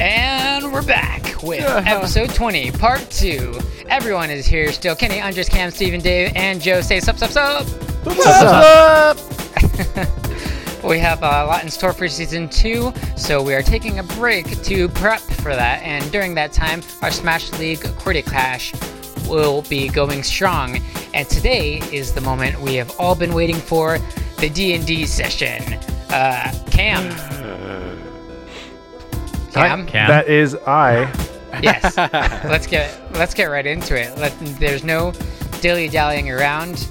And we're back with episode 20, part two. Everyone is here still. Kenny, Andres, Cam, Steven, Dave, and Joe say sup, sup, sup. We have uh, a lot in store for season two, so we are taking a break to prep for that. And during that time, our Smash League Qwerty Clash will be going strong. And today is the moment we have all been waiting for, the D&D session. Uh, Cam. Cam. Cam. That is I. Yes. let's get let's get right into it. Let, there's no dilly dallying around.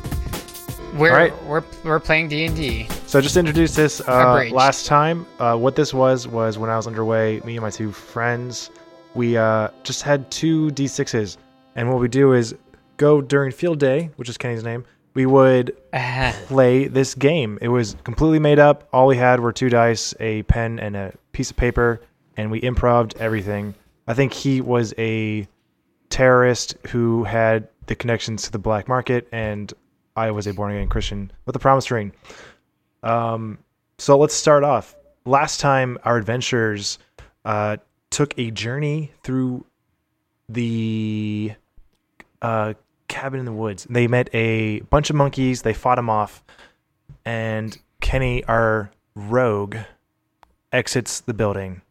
We're, All right. we're we're playing D and D. So just to introduce this uh, Abridged. last time. Uh, what this was was when I was underway. Me and my two friends, we uh, just had two d6s, and what we do is go during field day, which is Kenny's name. We would play this game. It was completely made up. All we had were two dice, a pen, and a piece of paper, and we improved everything. I think he was a terrorist who had the connections to the black market, and I was a born again Christian with a promise ring. Um, so let's start off. Last time, our adventurers uh, took a journey through the uh, cabin in the woods. They met a bunch of monkeys. They fought them off, and Kenny, our rogue, exits the building.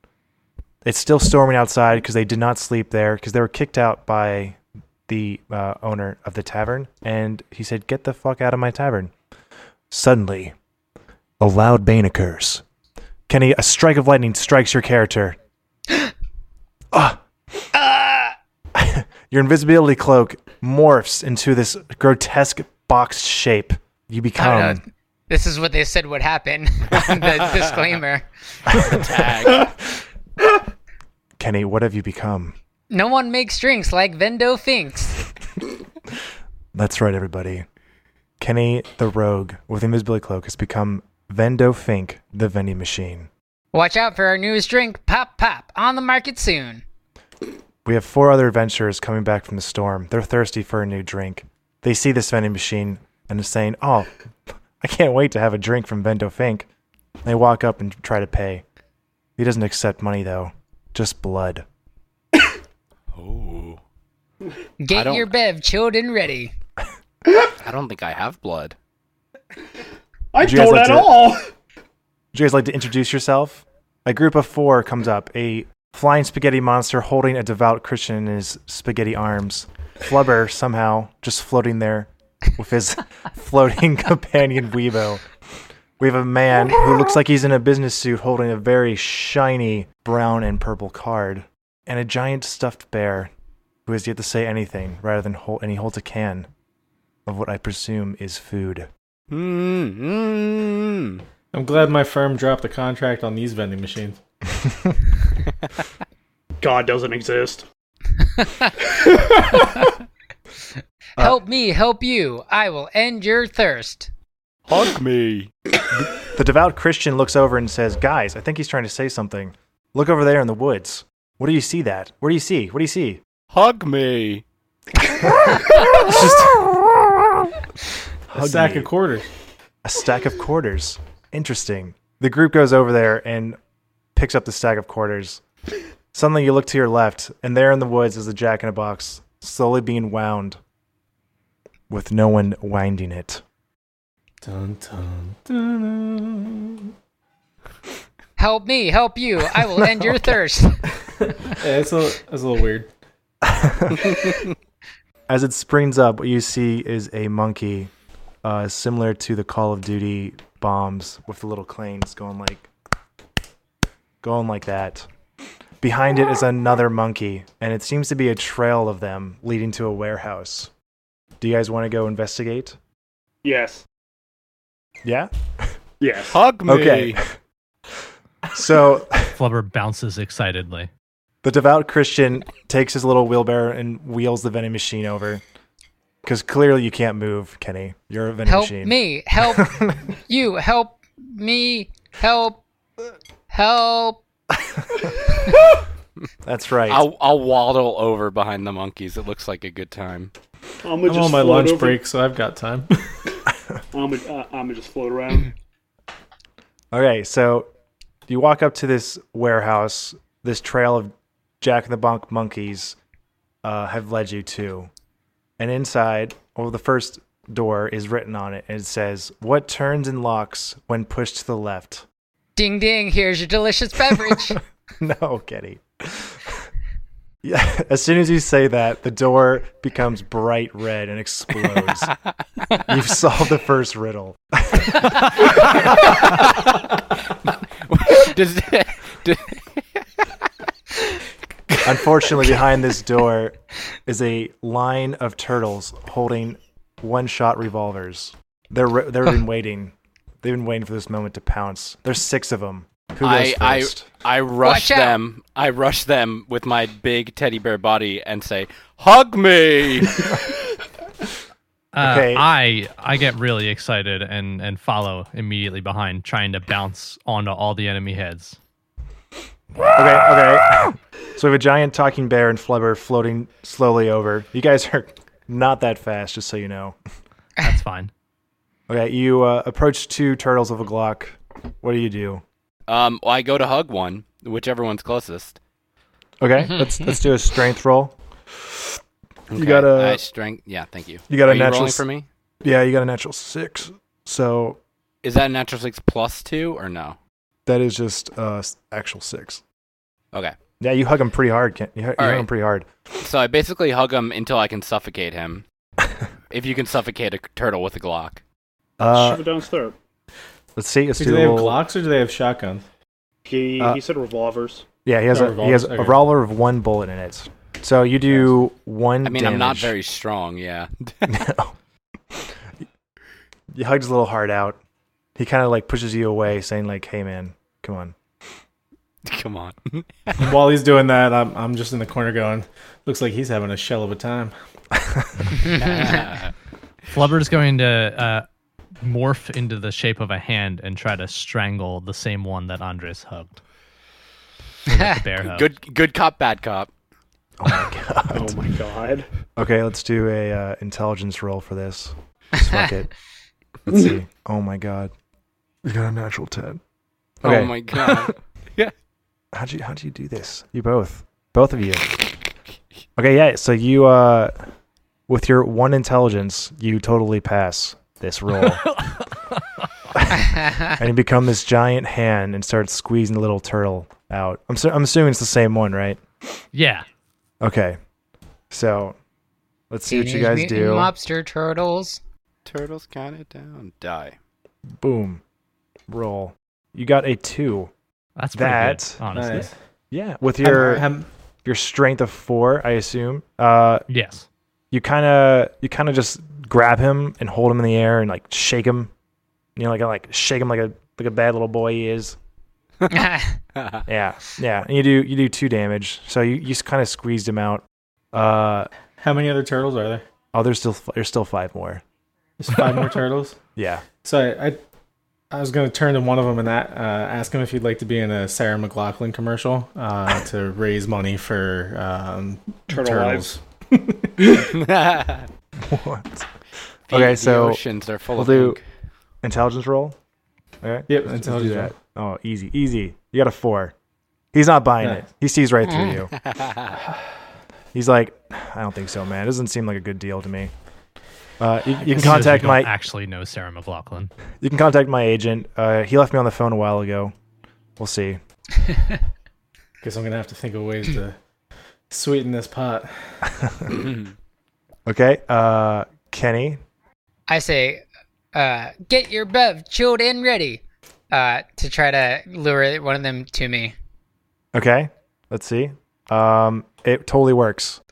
It's still storming outside because they did not sleep there because they were kicked out by the uh, owner of the tavern, and he said, "Get the fuck out of my tavern!" Suddenly, a loud bane occurs. Kenny, a strike of lightning strikes your character. Ah! your invisibility cloak morphs into this grotesque boxed shape. You become. Uh, this is what they said would happen. the disclaimer. Kenny, what have you become? No one makes drinks like Vendo Finks. That's right, everybody. Kenny the Rogue with Invisibility Cloak has become Vendo Fink, the vending machine. Watch out for our newest drink, Pop Pop, on the market soon. We have four other adventurers coming back from the storm. They're thirsty for a new drink. They see this vending machine and are saying, Oh, I can't wait to have a drink from Vendo Fink. They walk up and try to pay. He doesn't accept money, though, just blood. Oh. Get don't- your bev chilled and ready. I don't think I have blood. I Would you guys don't like at to- all. Would you guys like to introduce yourself? A group of four comes up, a flying spaghetti monster holding a devout Christian in his spaghetti arms. Flubber, somehow, just floating there with his floating companion Weebo. We have a man who looks like he's in a business suit holding a very shiny brown and purple card, and a giant stuffed bear who has yet to say anything rather than hold, and he holds a can of what I presume is food. Mm, mm. I'm glad my firm dropped the contract on these vending machines. God doesn't exist. Uh, help me, help you. I will end your thirst. Hug me. The devout Christian looks over and says, Guys, I think he's trying to say something. Look over there in the woods. What do you see that? What do you see? What do you see? Hug me. It's just A sack of quarters. a stack of quarters. Interesting. The group goes over there and picks up the stack of quarters. Suddenly you look to your left, and there in the woods is a jack in a box, slowly being wound. With no one winding it. Dun, dun, dun, dun. Help me, help you. I will end your thirst. Yeah, it's a, it's a little weird. As it springs up, what you see is a monkey, uh, similar to the Call of Duty bombs with the little clanes going like, going like that. Behind it is another monkey, and it seems to be a trail of them leading to a warehouse. Do you guys want to go investigate? Yes. Yeah. Yes. Hug me. Okay. so Flubber bounces excitedly. the devout Christian takes his little wheelbarrow and wheels the vending machine over, because clearly you can't move, Kenny. You're a vending help machine. me, help you, help me, help, help. That's right. I'll, I'll waddle over behind the monkeys. It looks like a good time. I'm gonna I'm just on my float lunch over- break, so I've got time. I'm gonna, uh, I'm gonna just float around. Okay, so you walk up to this warehouse this trail of Jack and the Bunk monkeys uh, have led you to. And inside, well, the first door is written on it, and it says, "What turns and locks when pushed to the left." Ding ding, here's your delicious beverage. no, Getty. Yeah, as soon as you say that, the door becomes bright red and explodes. You've solved the first riddle. Does, do- Unfortunately, behind this door is a line of turtles holding one-shot revolvers. They're re- they've been waiting. They've been waiting for this moment to pounce. There's six of them. Who goes I, I first? I Watch rush out. them. I rush them with my big teddy bear body and say, "Hug me!" Uh, Okay. I I get really excited and and follow immediately behind, trying to bounce onto all the enemy heads. Okay, okay. So we have a giant talking bear and Flubber floating slowly over. You guys are not that fast, just so you know. That's fine. Okay, you uh, approach two turtles of a Glock. What do you do? um, well, I go to hug one, whichever one's closest. Okay, let's let's do a strength roll. Okay, got a- I strength. Yeah, thank you. You got a Are natural rolling s- for me. Yeah, you got a natural six, so Is that a natural six plus two or no? that is just uh s- actual six. Okay, Yeah, you hug him pretty hard. Kent. You, hu- you hug All him right. pretty hard. so I basically hug him until I can suffocate him. if you can suffocate a turtle with a Glock, Uh, Shove it down his throat. let's see. Let's Do do they a have little- Glocks or do they have shotguns? He Uh, he said revolvers. Yeah, he has Oh, a he has revolvers, a okay. roller of one bullet in it. So you do one. I mean, I'm not damage. very strong. Yeah. No. You hugged his little heart out. He kind of like pushes you away, saying like, "Hey, man, come on." Come on. While he's doing that, I'm, I'm just in the corner going, looks like he's having a shell of a time. Flubber's going to uh, morph into the shape of a hand and try to strangle the same one that Andres hugged. Or that the bear hugged. good good cop, bad cop. Oh my god. Oh my god. Okay, let's do a uh, intelligence roll for this. Just Fuck it. Let's see. Oh my god. You got a natural ten. Okay. Oh my god. How'd you how'd you do this? You both. Both of you. Okay, yeah, so you uh with your one intelligence, you totally pass this roll. and you become this giant hand and start squeezing the little turtle out. I'm so, I'm assuming it's the same one, right? Yeah. Okay. So let's see what you Teenage guys Mutant do. Lobster turtles. Turtles count it down. Die. Boom. Roll. You got a two. That's pretty That- good, honestly. Nice. Yeah. With your I'm- I'm- your strength of four, I assume. Uh Yes. you kinda you kinda just grab him and hold him in the air and like shake him. You know, like like shake him like a like a bad little boy he is. Yeah. Yeah. And you do you do two damage. So you, you just kinda squeezed him out. Uh how many other turtles are there? oh there's still there's still five more. There's five more turtles. Yeah. So I, I, I was going to turn to one of them and a- uh, ask him if he'd like to be in a Sarah McLaughlin commercial uh, to raise money for um, Turtle turtles. the What? Okay, so the oceans are full we'll of do- ink. Intelligence roll? Okay. Let's- Yep, let's do intelligence that. Oh, easy, easy. You got a four. He's not buying Nice. it. He sees right through you. He's like, I don't think so, man. It doesn't seem like a good deal to me. Uh, you, you can This is- contact we don't my Actually, know Sarah McLaughlin. you can contact my agent. Uh, he left me on the phone a while ago. We'll see. Guess I'm going to have to think of ways to sweeten this pot. Okay, uh, Kenny. I say, uh, get your bev chilled and ready, uh, to try to lure one of them to me. Okay, let's see. Um, it totally works.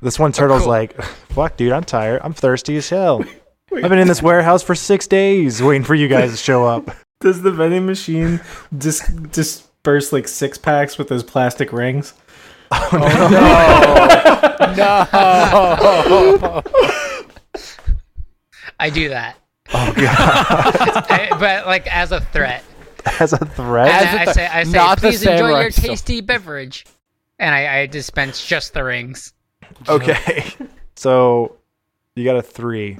this one turtle's like, fuck, dude, I'm tired. I'm thirsty as hell. I've been in this warehouse for six days waiting for you guys to show up. Does the vending machine dis- disperse like six packs with those plastic rings? I do that, Oh god. I, but like as a threat. as a threat. And I, a I thre- say, I say, not the please enjoy samurai your stuff." tasty beverage, and I, I dispense just the rings. okay. So you got a three.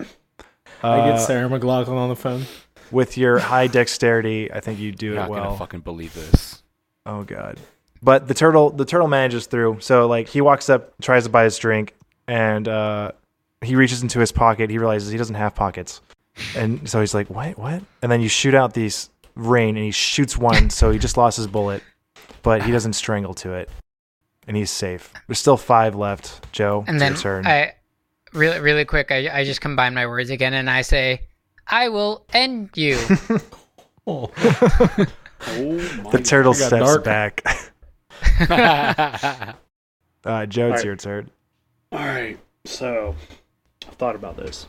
I Uh, get Sarah McLaughlin on the phone. with your high dexterity, I think you do You're it not gonna well. fucking believe this. Oh god. But the turtle, the turtle manages through. So like he walks up, tries to buy his drink, and uh, he reaches into his pocket. He realizes he doesn't have pockets, and so he's like, "What? What?" And then you shoot out these rain, and he shoots one. so he just lost his bullet, but he doesn't strangle to it, and he's safe. There's still five left, Joe. And it's then your turn. I really really quick I, I just combine my words again and I say I will end you. Oh, Oh my the turtle I got steps dark. back. Uh, Joe, it's Alright. your turn. All right, so I've thought about this.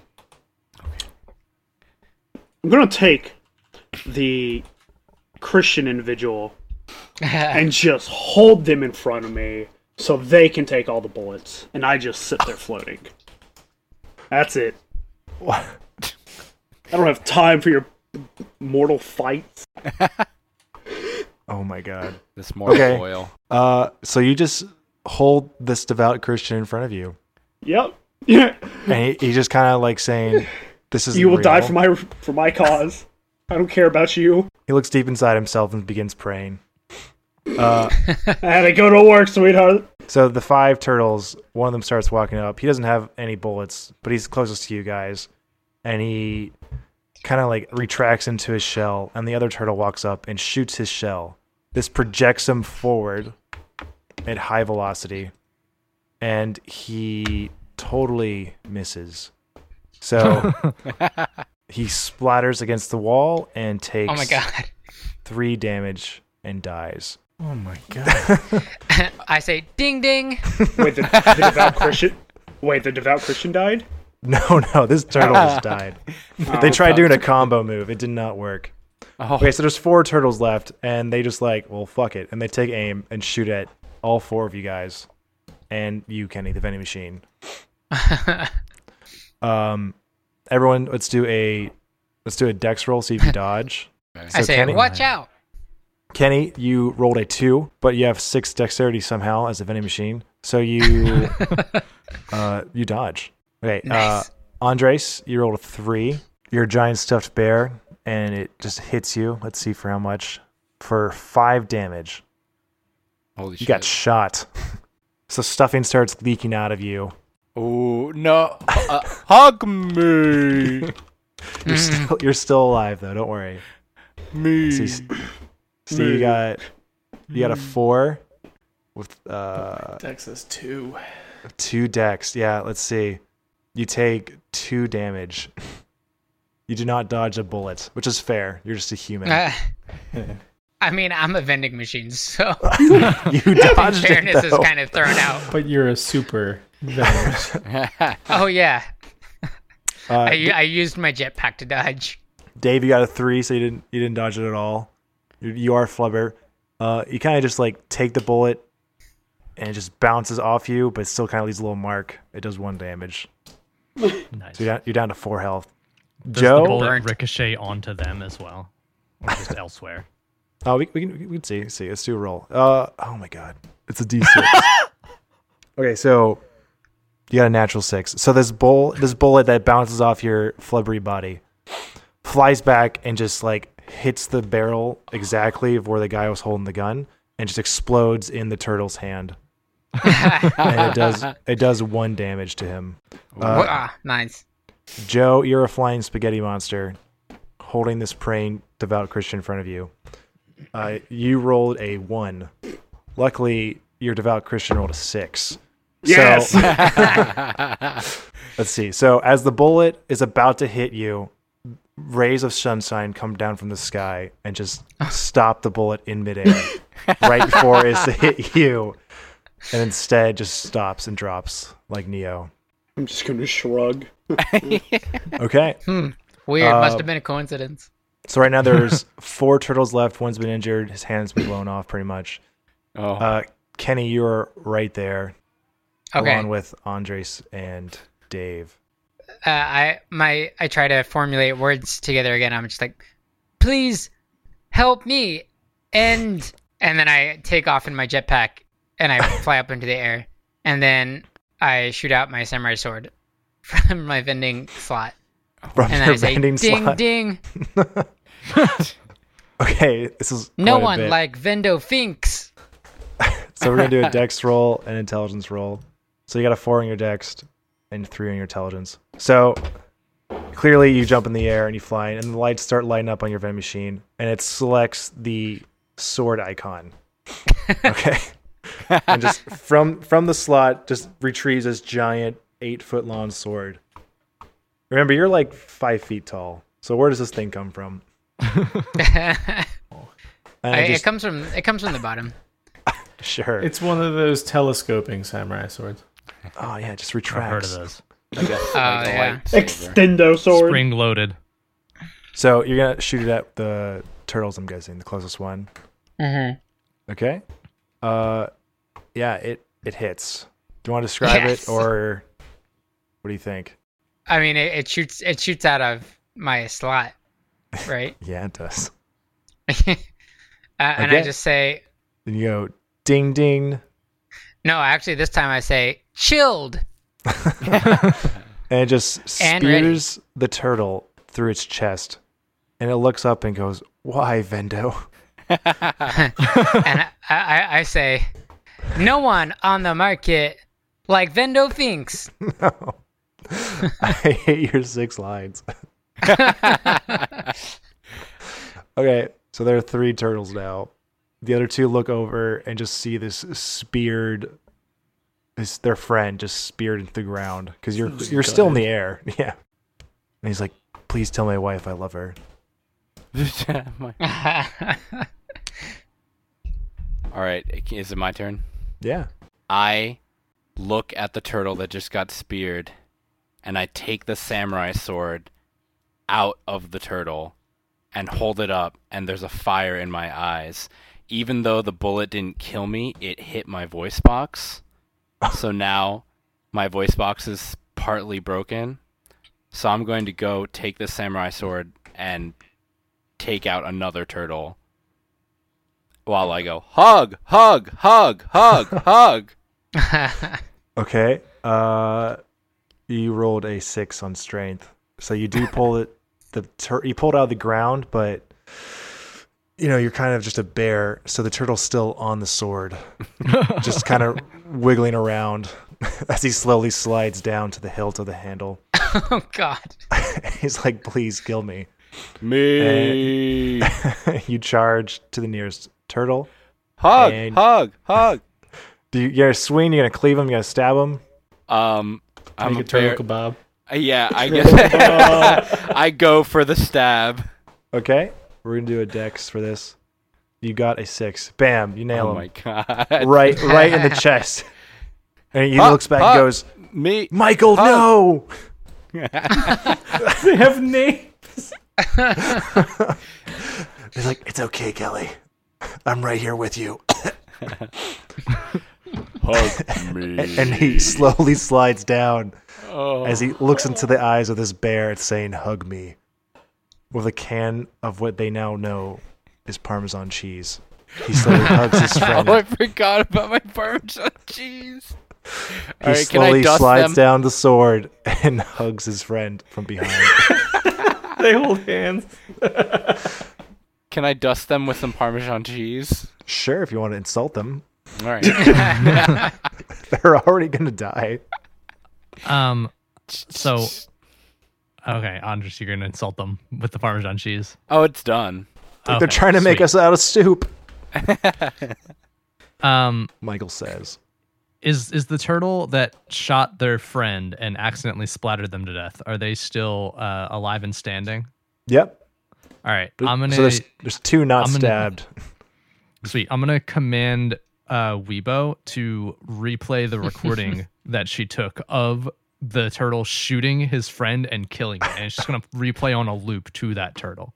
I'm gonna take the Christian individual and just hold them in front of me so they can take all the bullets, and I just sit there floating. That's it. What? I don't have time for your mortal fights. Oh my god. this moral Okay. oil. Uh, so you just hold this devout Christian in front of you, Yep. Yeah. and he, he just kind of like saying, "This is You will die real." for my for my cause. I don't care about you. He looks deep inside himself and begins praying. I had to go to work, sweetheart. So the five turtles, one of them starts walking up. He doesn't have any bullets, but he's closest to you guys, and he kind of like retracts into his shell, and the other turtle walks up and shoots his shell. This projects him forward at high velocity, and he totally misses. So he splatters against the wall and takes oh my god. three damage and dies. oh my god! I say ding ding. Wait, the, the devout Christian. Wait, the devout Christian died. No, no, this turtle just died. they tried doing a combo move. It did not work. Oh, Okay, so there's four turtles left, and they just like, well, fuck it, and they take aim and shoot at all four of you guys, and you, Kenny, the vending machine. um, everyone, let's do a let's do a dex roll, see if you dodge. I So say Kenny- watch out. Kenny, you rolled a two, but you have six dexterity somehow as a vending machine, so you uh, you dodge. Okay, Nice. uh, Andres, you rolled a three. You're a giant stuffed bear, and it just hits you. Let's see for how much. For five damage, Holy you shit. got shot. so stuffing starts leaking out of you. Ooh, no. Uh, hug me. You're, still, you're still alive though. Don't worry. Mm. me. So you, s- so you got you got a Mm. four with uh, Texas two. Two decks. Yeah, let's see. You take two damage. You do not dodge a bullet, which is fair. You're just a human. Uh, I mean, I'm a vending machine, so you dodged it. fairness is though. kind of thrown out. But you're a super. villain. Oh yeah, Uh, I, I used my jetpack to dodge. Dave, you got a three, so you didn't you didn't dodge it at all. You, you are flubber. Uh, you kind of just like take the bullet, and it just bounces off you, but still kind of leaves a little mark. It does one damage. Nice. So you're down, you're down to four health. Does Joe? the bullet Burnt. ricochet onto them as well, or just elsewhere? Oh, we, we can we can see see. Let's do a roll. Uh, oh my god, it's a D six. okay, so you got a natural six. So this bull, this bullet that bounces off your flubbery body, flies back and just like hits the barrel exactly of where the guy was holding the gun, and just explodes in the turtle's hand. and it does it does one damage to him. Uh, Wha- ah, nice. Joe, you're a flying spaghetti monster, holding this praying devout Christian in front of you. Uh, you rolled a one. Luckily, your devout Christian rolled a six. Yes. So, let's see. So as the bullet is about to hit you, rays of sunshine come down from the sky and just stop the bullet in midair, right before it's to hit you, and instead just stops and drops like Neo. I'm just gonna shrug. Okay. Weird. Uh, Must have been a coincidence. So right now there's four turtles left. One's been injured. His hand's been blown off pretty much. oh. Uh, Kenny, you're right there, Okay. along with Andres and Dave. uh, I my I try to formulate words together again. I'm just like, please help me, and and then I take off in my jetpack and I fly up into the air, and then I shoot out my samurai sword from my vending slot, From and then your I say, vending ding slot. ding. Okay, this is No quite a one bit. like Vendo Finks. So we're gonna do a dex roll and intelligence roll. So you got a four on your dex and three on your intelligence. So clearly you jump in the air and you fly, and the lights start lighting up on your vending machine, and it selects the sword icon. Okay. and just from from the slot, just retrieves this giant eight foot long sword. Remember, you're like five feet tall. So where does this thing come from? And I- I it just, comes from it comes from the bottom. sure. It's one of those telescoping samurai swords. oh yeah, it just I've heard retracts. of those. Like a, like a Oh, yeah. lightsaber. Extendo sword. Spring loaded. So you're gonna shoot it at the turtles. I'm guessing the closest one. Mm-hmm. Okay. Uh, yeah. It it hits. Do you want to describe Yes. it or what do you think? I mean, it, it shoots it shoots out of my slot, right? Yeah, it does. uh, and I Okay. just say Then you go ding ding, no. Actually, this time I say chilled. and it just And ready. spears the turtle through its chest, and it looks up and goes, "Why, Vendo?" and I, I, I say, no one on the market like Vendo Finks. No. I hate your six lines. okay, so there are three turtles now. The other two look over and just see this speared, this their friend just speared into the ground because you're you're still in the air. Yeah, and he's like, "Please tell my wife I love her." All right, is it my turn? Yeah, I look at the turtle that just got speared, and I take the samurai sword out of the turtle and hold it up, and there's a fire in my eyes. Even though the bullet didn't kill me, it hit my voice box. so now my voice box is partly broken. So I'm going to go take the samurai sword and take out another turtle while I go hug, hug, hug, hug, hug. Okay. Uh, you rolled a six on strength, so you do pull it. The tur- you pulled out of the ground, but you know you're kind of just a bear, so the turtle's still on the sword, just kind of wiggling around as he slowly slides down to the hilt of the handle. oh God! He's like, "Please kill me." Me. you charge to the nearest turtle. hug, And- hug, hug. Do you, you're gonna swing? You're gonna cleave him? You're gonna stab him? Um, I'm Make a a turtle bear- kebab. Uh, Yeah, I guess I go for the stab. Okay, we're gonna do a dex for this. You got a six. Bam! You nail Oh him. my god. right right in the chest. And he Ah, looks back ah. and goes, Me. Michael, Ah. no! They have names. He's like, It's okay, Kelly. I'm right here with you. Hug me. And he slowly slides down Oh. as he looks into the eyes of this bear. It's saying, Hug me. With a can of what they now know is Parmesan cheese. He slowly hugs his friend. Oh, I forgot about my parmesan cheese. he All right, can I slowly dust slides them? down the sword and hugs his friend from behind. They hold hands. Can I dust them with some parmesan cheese? sure, if you want to insult them, All right. they're already going to die. Um, so okay, Andres, you're gonna insult them with the Parmesan cheese. Oh, it's done. They're Okay, trying to make sweet. us out of soup, Um, Michael says. is is the turtle that shot their friend and accidentally splattered them to death? Are they still uh, alive and standing? Yep. All right, I'm gonna so there's there's two not I'm gonna- stabbed. sweet. I'm gonna command uh, Weibo to replay the recording that she took of the turtle shooting his friend and killing it, and she's gonna replay on a loop to that turtle.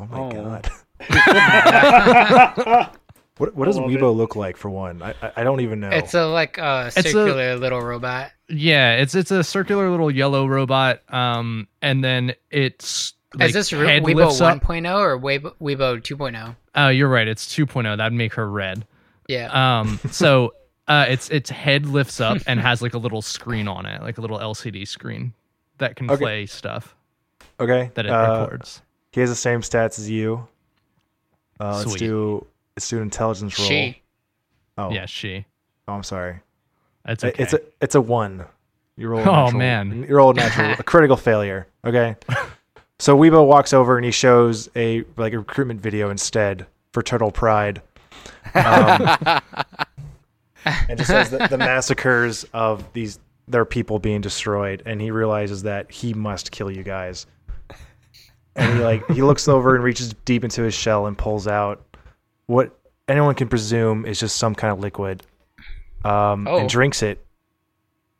Oh my god. what what does love Weibo look like for one? I I- I don't even know. It's a like a a- circular little robot. Yeah, it's it's a circular little yellow robot. Um, and then it's like, Is this Re- head Weibo lifts up. 1.0 or Weibo, Weibo 2.0? Oh, you're right. It's 2.0. That'd make her red. Yeah. Um, so uh, its its head lifts up and has like a little screen on it, like a little LCD screen that can Okay. play stuff okay. that it uh, records. He has the same stats as you. Uh, let's Sweet. do let's do an intelligence roll. she. Oh, Yeah, she. oh I'm sorry. That's I- Uh, okay. It's a it's a one. You roll. a Oh, natural- man. you roll a natural, a critical failure. Okay. So Weibo walks over and he shows a like a recruitment video instead for Turtle Pride, um, and just says the, the massacres of these their people being destroyed, and he realizes that he must kill you guys. And he like he looks over and reaches deep into his shell and pulls out what anyone can presume is just some kind of liquid, um, Oh. and drinks it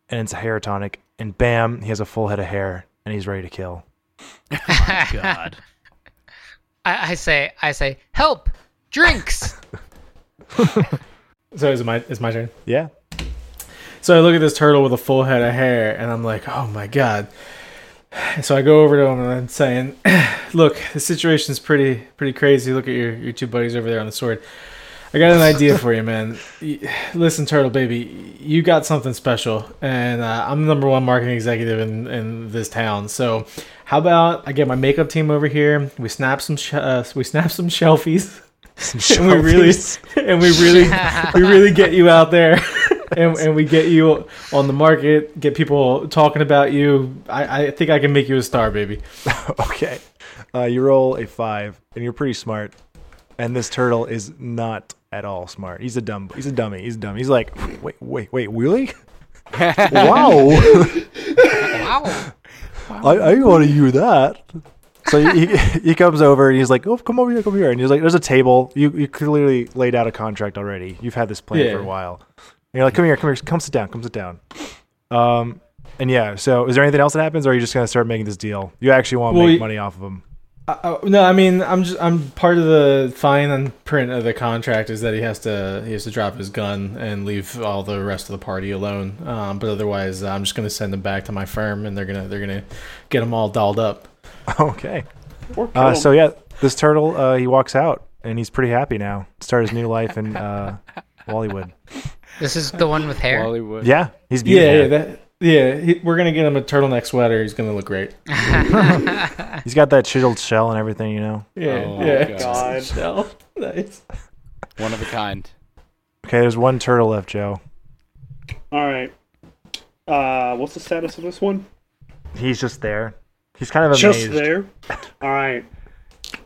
and it's a hair tonic, and bam, he has a full head of hair, and he's ready to kill. God. I, I say, I say, help, drinks. So is it my it's my turn. Yeah. So I look at this turtle with a full head of hair, and I'm like, oh my god. So I go over to him and I'm saying, look, the situation's pretty pretty crazy. Look at your your two buddies over there on the sword. I got an idea for you, man. Y- Listen, turtle baby, you got something special, and uh, I'm the number one marketing executive in in this town. So how about I get my makeup team over here? We snap some sh- uh, we snap some shelfies and we really and we really we really get you out there and, and we get you on the market get people talking about you I, I think i can make you a star baby okay. Uh, you roll a five, and you're pretty smart. And this turtle is not at all smart. He's a dumb. He's a dummy. He's dumb. He's like, wait, wait, wait, really? wow. wow. I, I want to you that. So he, he, he comes over and he's like, oh, come over here, come here. And he's like, there's a table. You you clearly laid out a contract already. You've had this plan for a Yeah. while. And you're like, come here, come here, come sit down, come sit down. Um, and yeah. So is there anything else that happens, or are you just gonna start making this deal? You actually want to Well, make you- money off of him? I, I, no i mean i'm just i'm part of the fine and print of the contract is that he has to he has to drop his gun and leave all the rest of the party alone um, but otherwise i'm just gonna send him back to my firm and they're gonna they're gonna get them all dolled up okay. Or kill Uh, him. so yeah, this turtle uh, he walks out and he's pretty happy now. Start his new life in uh, Wallywood. This is the one with hair. Hollywood. Yeah, he's beautiful. yeah yeah that yeah he, we're gonna get him a turtleneck sweater he's gonna look great He's got that chiseled shell and everything, you know. Yeah, Oh, yeah. God. Shell. Nice. One of a kind. Okay, there's one turtle left, Joe. All right. Uh, what's the status of this one? He's just there. He's kind of amazed. Just there. All right.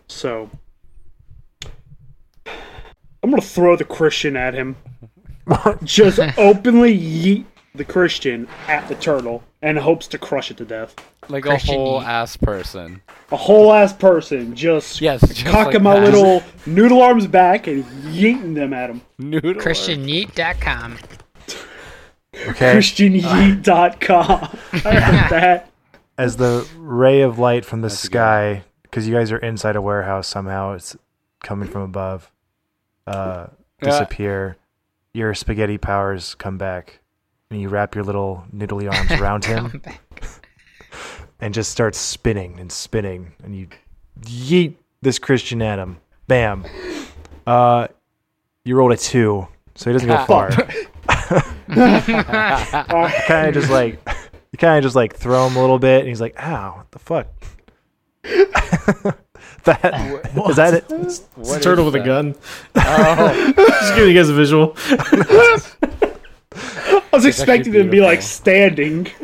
So I'm gonna throw the Christian at him. Just openly yeet the Christian at the turtle and hopes to crush it to death. Like Christian a whole Yeet. ass person. A whole ass person just Yes, just like cocking my that. little noodle arms back and yeeting them at him. Noodle. ChristianYeet.com. Okay, ChristianYeet.com. I heard that. as the ray of light from the sky, because you guys are inside a warehouse somehow, it's coming from above, uh, disappear. Your spaghetti powers come back, and you wrap your little noodly arms around him and just start spinning and spinning, and you yeet this Christian at him. Bam. Uh, you rolled a two, so he doesn't go far. kind of just like you kind of just like throw him a little bit, and he's like, "Ow, what the fuck?" that is that it? It's a turtle with a that? gun. just giving you guys a visual. I was expecting actually them to be like standing.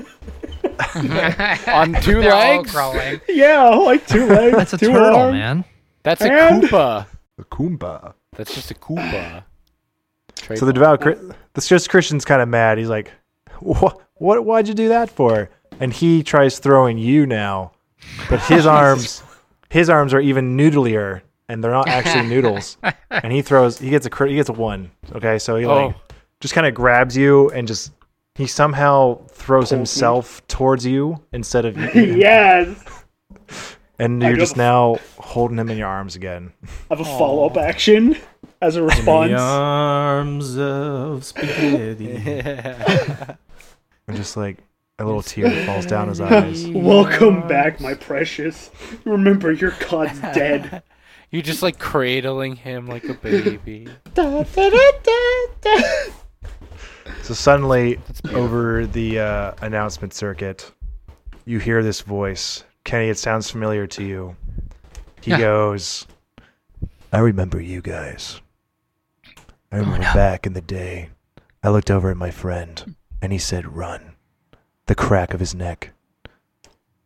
On two They're all legs? crawling. Yeah, like two legs. That's a two turtle, arms. man. That's a And- Koopa. Kumba. That's just a Koopa. So the devout, Chri- this just Christian's kind of mad. He's like, "What? What? Why'd you do that for?" And he tries throwing you now, but his arms, his arms are even noodlier, and they're not actually noodles. And he throws. He gets a crit. He gets a one. Okay, so he like Oh. just kind of grabs you and just he somehow throws himself towards you instead of you, Yes. and you're go just to- now holding him in your arms again. I have a follow up action as a response. The uh, arms of spaghetti. And just like a little tear falls down his eyes. Welcome back, my precious. Remember, your god's dead. You're just like cradling him like a baby. So suddenly, over the uh, announcement circuit, you hear this voice. Kenny, it sounds familiar to you. He goes, I remember you guys. I remember back in the day, I looked over at my friend and he said, "Run." The crack of his neck,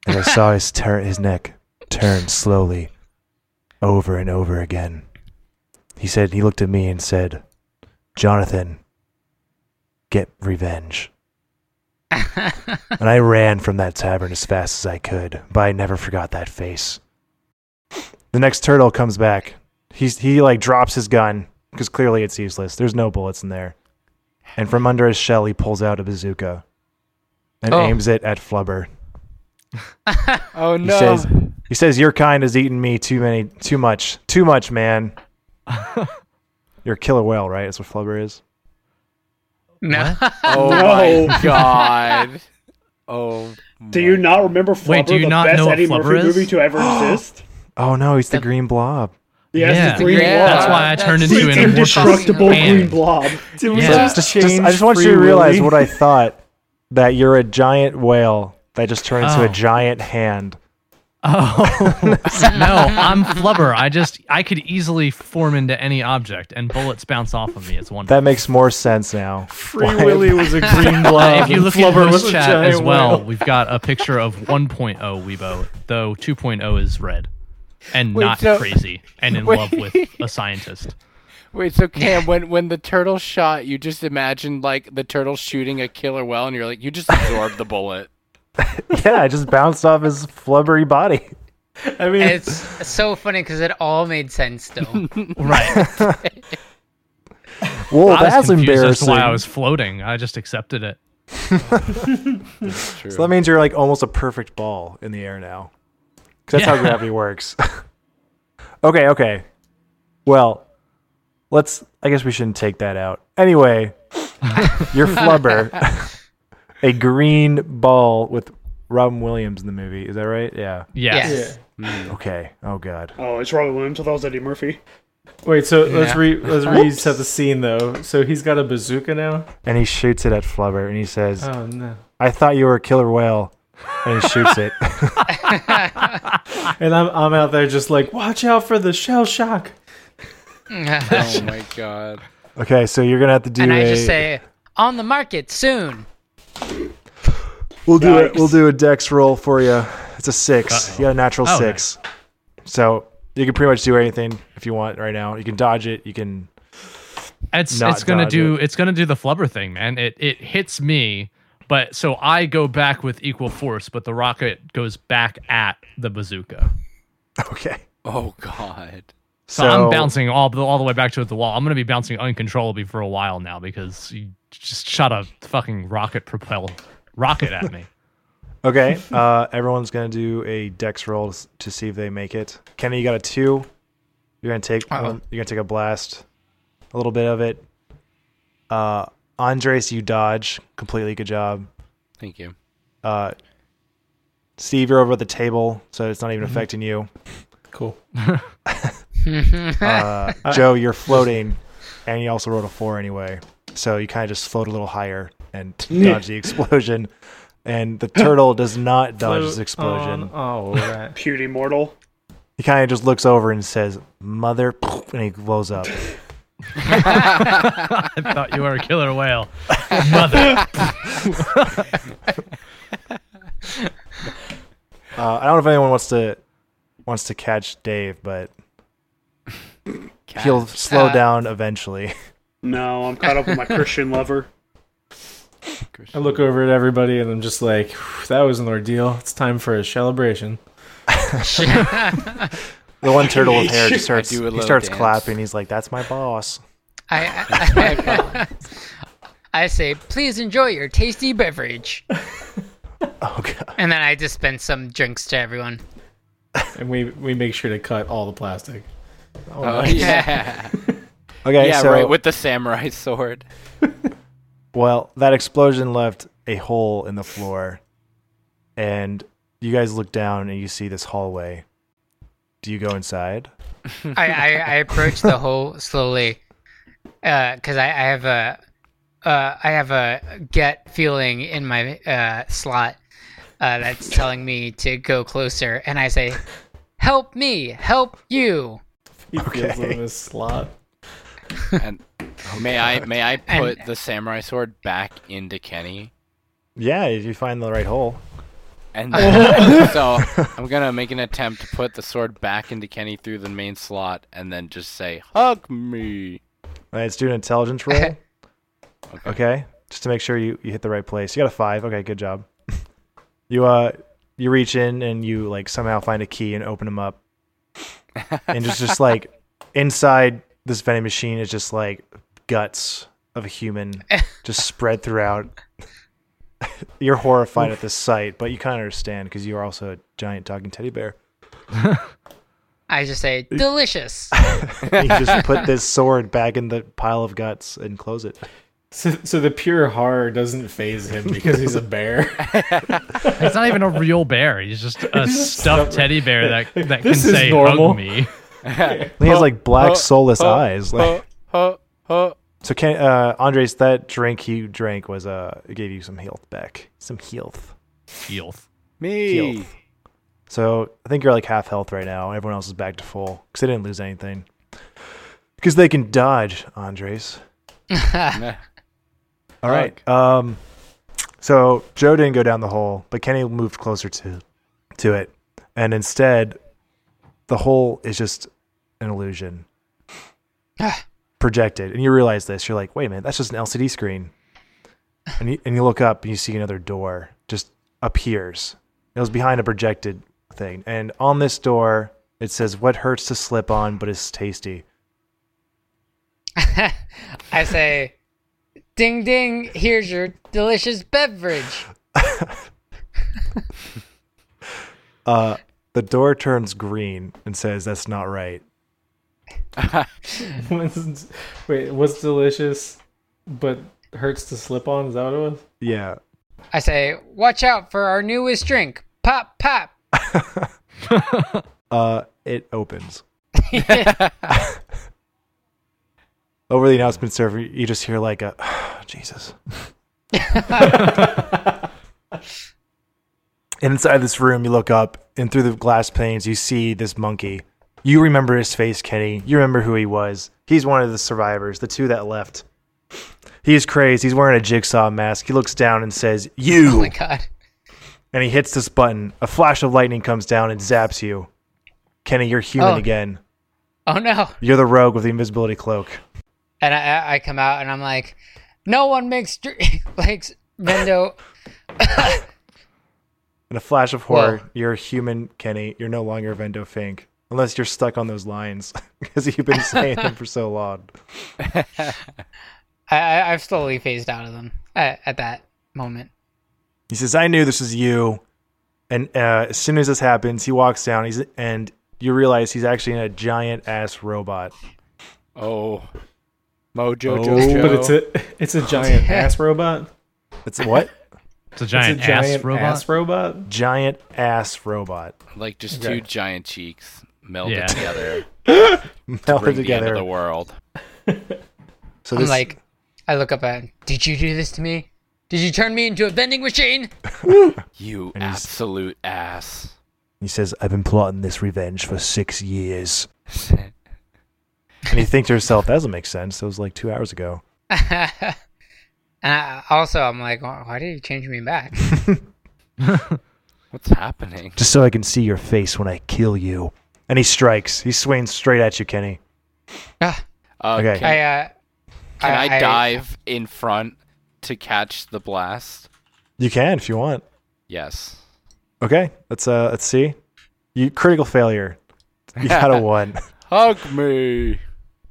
and I saw his turn, his neck turn slowly, over and over again. He said, he looked at me and said, "Jonathan, get revenge." and I ran from that tavern as fast as I could, but I never forgot that face. The next turtle comes back. He's he like drops his gun because clearly it's useless. There's no bullets in there. And from under his shell, he pulls out a bazooka and Oh. aims it at Flubber. Oh He says, "He says your kind has eaten me too many, too much, too much, man. You're a killer whale, right? That's what Flubber is. No. Oh my god. Oh. Do you not remember Flubber, Wait, do you the not best know what Eddie Flubber Murphy is? movie to ever exist? Oh no, he's the green blob. Yes, Yeah. the green Yeah, blob. That's why I turned That's- It's into an indestructible amorphous green hand. blob. Yeah. Just- just- I just want you to realize what I thought that you're a giant whale that just turned into Oh. a giant hand. Oh no, I'm flubber. I just I could easily form into any object, and bullets bounce off of me. It's wonderful. That makes more sense now. Free Willy was a green blob. Uh, if you and look Flubber at was the a chat giant as well, whale. we've got a picture of 1.0 Weibo, though 2.0 is red and not so- crazy and in Wait. love with a scientist. Wait, so Cam, when when the turtle shot, you just imagined like the turtle shooting a killer whale, and you're like, you just absorbed the bullet. yeah, I just bounced off his flubbery body. I mean, it's so funny because it all made sense though. Right. Well, I was that's confused as to embarrassing. why I was floating. I just accepted it. So that means you're like almost a perfect ball in the air now. 'Cause that's how Yeah. gravity works. okay, okay. Well, let's. I guess we shouldn't take that out. Anyway, your flubber, a green ball with Robin Williams in the movie. Is that right? Yeah. Yes. Yes. yeah. Okay. Oh God. Oh, it's Robin Williams. I thought it was Eddie Murphy. Wait, so let's Yeah. re let's reset the scene though. So he's got a bazooka now. And he shoots it at flubber, and he says, Uh. Oh no! "I thought you were a killer whale," and he shoots it. And I'm I'm out there just like, watch out for the shell shock. Oh my god. okay, so you're gonna have to do. and I a, just say, on the market soon. We'll do it. Yikes. We'll do a dex roll for you. It's a 6 You got a natural Oh, six. So you can pretty much do anything if you want right now. You can dodge it. You can. It's Not it's gonna dodge do it's gonna do the flubber thing, man. It it hits me, but so I go back with equal force, but the rocket goes back at the bazooka. Okay. Oh god. So, I'm bouncing all the, all the way back to the wall. I'm gonna be bouncing uncontrollably for a while now because you just shot a fucking rocket propel rocket at me. Okay. Uh, everyone's gonna do a dex roll s- to see if they make it. Kenny, you got a two. You're gonna take. Uh-oh. You're gonna take a blast. A little bit of it. Uh, Andres, you dodge completely. Good job. Thank you. Uh, Steve, you're over at the table, so it's not Mm-hmm. even affecting you. Cool. uh, Joe, you're floating, and you also rolled a four anyway, so you kind of just float a little higher and dodge the explosion. And the turtle does not dodge this Float explosion. on. Oh, right. Pewdie mortal. He kind of just looks over and says, "Mother," and he blows up. I thought you were a killer whale, mother. Uh, I don't know if anyone wants to wants to catch Dave, but he'll slow Uh, down eventually. No, I'm caught up with my Christian lover. I look over at everybody and I'm just like, "Phew, that was an ordeal. It's time for a celebration. The one turtle with hair just I starts. do a He little starts dance. clapping. He's like, "That's my boss." I, I, I say, please enjoy your tasty beverage. Oh god. And then I dispense some drinks to everyone. And we we make sure to cut all the plastic. Oh, Oh, nice. yeah. Okay. yeah, so, right. With the samurai sword. Well, that explosion left a hole in the floor, and you guys look down and you see this hallway. Do you go inside? I, I, I approach the hole slowly because I, I have a uh, I have a gut feeling in my uh, slot uh, that's telling me to go closer, and I say, "Help me! Help you!" He feels Okay. in this slot. And May I may I And- put the samurai sword back into Kenny? Yeah, if you find the right hole. And then, so I'm gonna make an attempt to put the sword back into Kenny through the main slot, and then just say "hug me." All right, let's do an intelligence roll. okay. just to make sure you, you hit the right place. You got a five. Okay, good job. you uh, you reach in and you like somehow find a key and open them up, and just just like inside this vending machine is just like guts of a human just spread throughout. You're horrified at this sight, but you kind of understand because you are also a giant talking teddy bear. I just say delicious. And you just put this sword back in the pile of guts and close it. So, so the pure horror doesn't phase him because he's a bear. He's not even a real bear. He's just a stuffed teddy bear that This that can is say normal. hug me. He has like black Huh, soulless huh, eyes. Like, Huh, huh, huh. So, Ken, uh, Andres, that drink you drank was uh it gave you some health back, some health. Health. Me. Health. So I think you're like half health right now. Everyone else is back to full because they didn't lose anything. Because they can dodge, Andres. Meh. All right. Um, so Joe didn't go down the hole, but Kenny moved closer to to it, and instead, the hole is just an illusion projected. And you realize this. You're like, wait a minute, that's just an LCD screen. And you, and you look up and you see another door just appears. It was behind a projected thing, and on this door it says, "What hurts to slip on, but is tasty." I say, ding ding, here's your delicious beverage. Uh, the door turns green and says, "That's not right." What's- Wait, what's delicious but hurts to slip on? Is that what it was? Yeah. I say, watch out for our newest drink. Pop pop. Uh, it opens. Over the announcement server, you just hear like a Jesus. and inside this room, you look up, and through the glass panes, you see this monkey. You remember his face, Kenny. You remember who he was. He's one of the survivors, the two that left. He's crazed. He's wearing a jigsaw mask. He looks down and says, "You." Oh my god. and he hits this button. A flash of lightning comes down and zaps you. Kenny, you're human Oh. again. Oh no. You're the rogue with the invisibility cloak. And I- I, I come out and I'm like, no one makes dr- likes Mendo. In a flash of horror, Whoa. you're human, Kenny. You're no longer Vendo Fink. Unless you're stuck on those lines because you've been saying them for so long. I, I I've slowly phased out of them at, at that moment. He says, I knew this was you. And uh, as soon as this happens, he walks down he's, and you realize he's actually in a giant ass robot. Oh, Mojo Jojo. Oh. But it's a it's Oh, a giant ass robot. It's a what? It's It's a a giant, ass robot. ass robot. giant ass robot. like just Okay. two giant cheeks melded Yeah. together, Melted bring the end together. of the world. so I'm this, like, I look up at, him, did you do this to me? Did you turn me into a vending machine? You And he's- absolute ass. He says, I've been plotting this revenge for six years. And you think to yourself, that doesn't make sense. That was like two hours ago. and I, also, I'm like, why why did you change me back? What's happening? Just so I can see your face when I kill you. And he strikes. He swings straight at you, Kenny. Ah, Uh, Okay. Can, I, uh, can I, I- dive in front to catch the blast? You can if you want. Yes. Okay, let's uh let's see. You critical failure. You got a one. Hug me.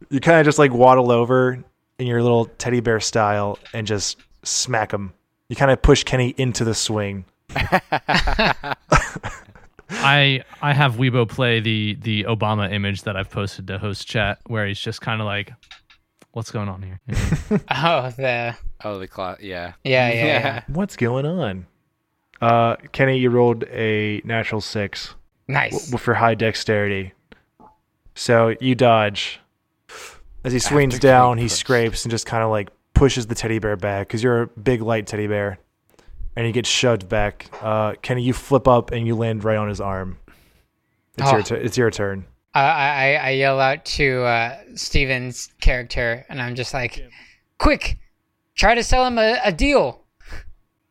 You kind of just like waddle over in your little teddy bear style and just smack him. You kind of push Kenny into the swing. Oh, I I have Weibo play the the Obama image that I've posted to host chat where he's just kind of like, what's going on here? Oh, Yeah. the Oh, the clock. Yeah. yeah, yeah, yeah. What's going on? Uh, Kenny, you rolled a natural six. Nice. with your high dexterity. So you dodge. As he swings After down, Kenny he puts- scrapes and just kind of like pushes the teddy bear back because you're a big light teddy bear, and he gets shoved back. Uh, Kenny, you flip up and you land right on his arm. It's Oh. your tu- it's your turn. I, I, I yell out to uh, Steven's character, and I'm just like, quick, try to sell him a, a deal.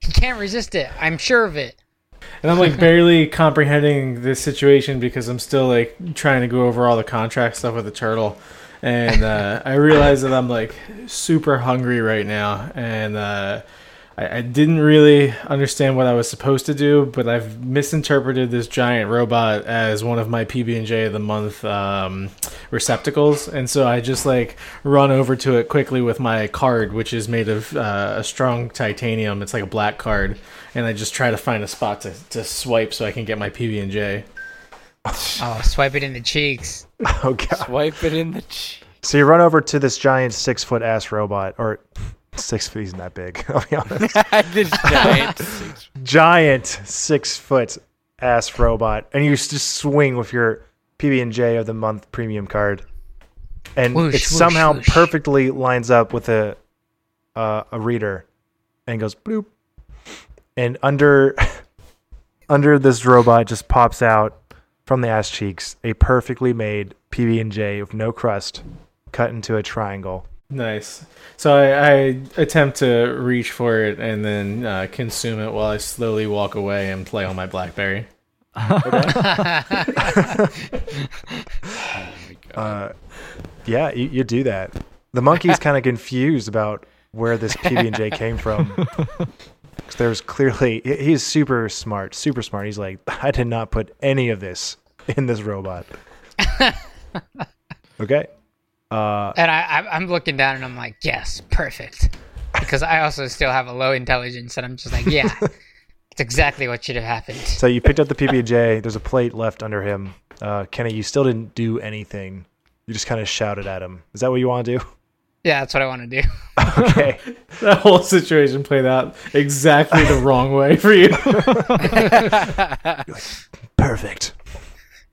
He can't resist it. I'm sure of it. And I'm like barely comprehending this situation because I'm still like trying to go over all the contract stuff with the turtle. And uh, I realize that I'm like super hungry right now. And uh, I, I didn't really understand what I was supposed to do, but I've misinterpreted this giant robot as one of my PB and J of the month um, receptacles, and so I just like run over to it quickly with my card, which is made of uh, a strong titanium. It's like a black card, and I just try to find a spot to, to swipe so I can get my PB and J. Oh, swipe it in the cheeks. Oh god. Wipe it in the cheek. So you run over to this giant six foot ass robot, or six feet. He's not big. I'll be honest. this giant. six- giant six foot ass robot, and you s- just swing with your PB and J of the month premium card, and Whoosh, it whoosh, somehow whoosh. perfectly lines up with a uh, a reader, and goes bloop, and under under this robot just pops out from the ass cheeks a perfectly made PB and J with no crust, cut into a triangle. Nice. So I, I attempt to reach for it and then uh, consume it while I slowly walk away and play on my BlackBerry. Yeah, you, you do that. The monkey's kind of confused about where this PB and J came from. 'Cause There's clearly he- he's super smart, super smart. He's like, I did not put any of this in this robot. okay, And I, I, I'm looking down and I'm like, yes, perfect. Because I also still have a low intelligence, and I'm just like, yeah, it's exactly what should have happened. so you picked up the PB and J. There's a plate left under him. Uh, Kenny, you still didn't do anything. You just kind of shouted at him. Is that what you want to do? Yeah, that's what I want to do. Okay. That whole situation played out exactly the wrong way for you. Perfect.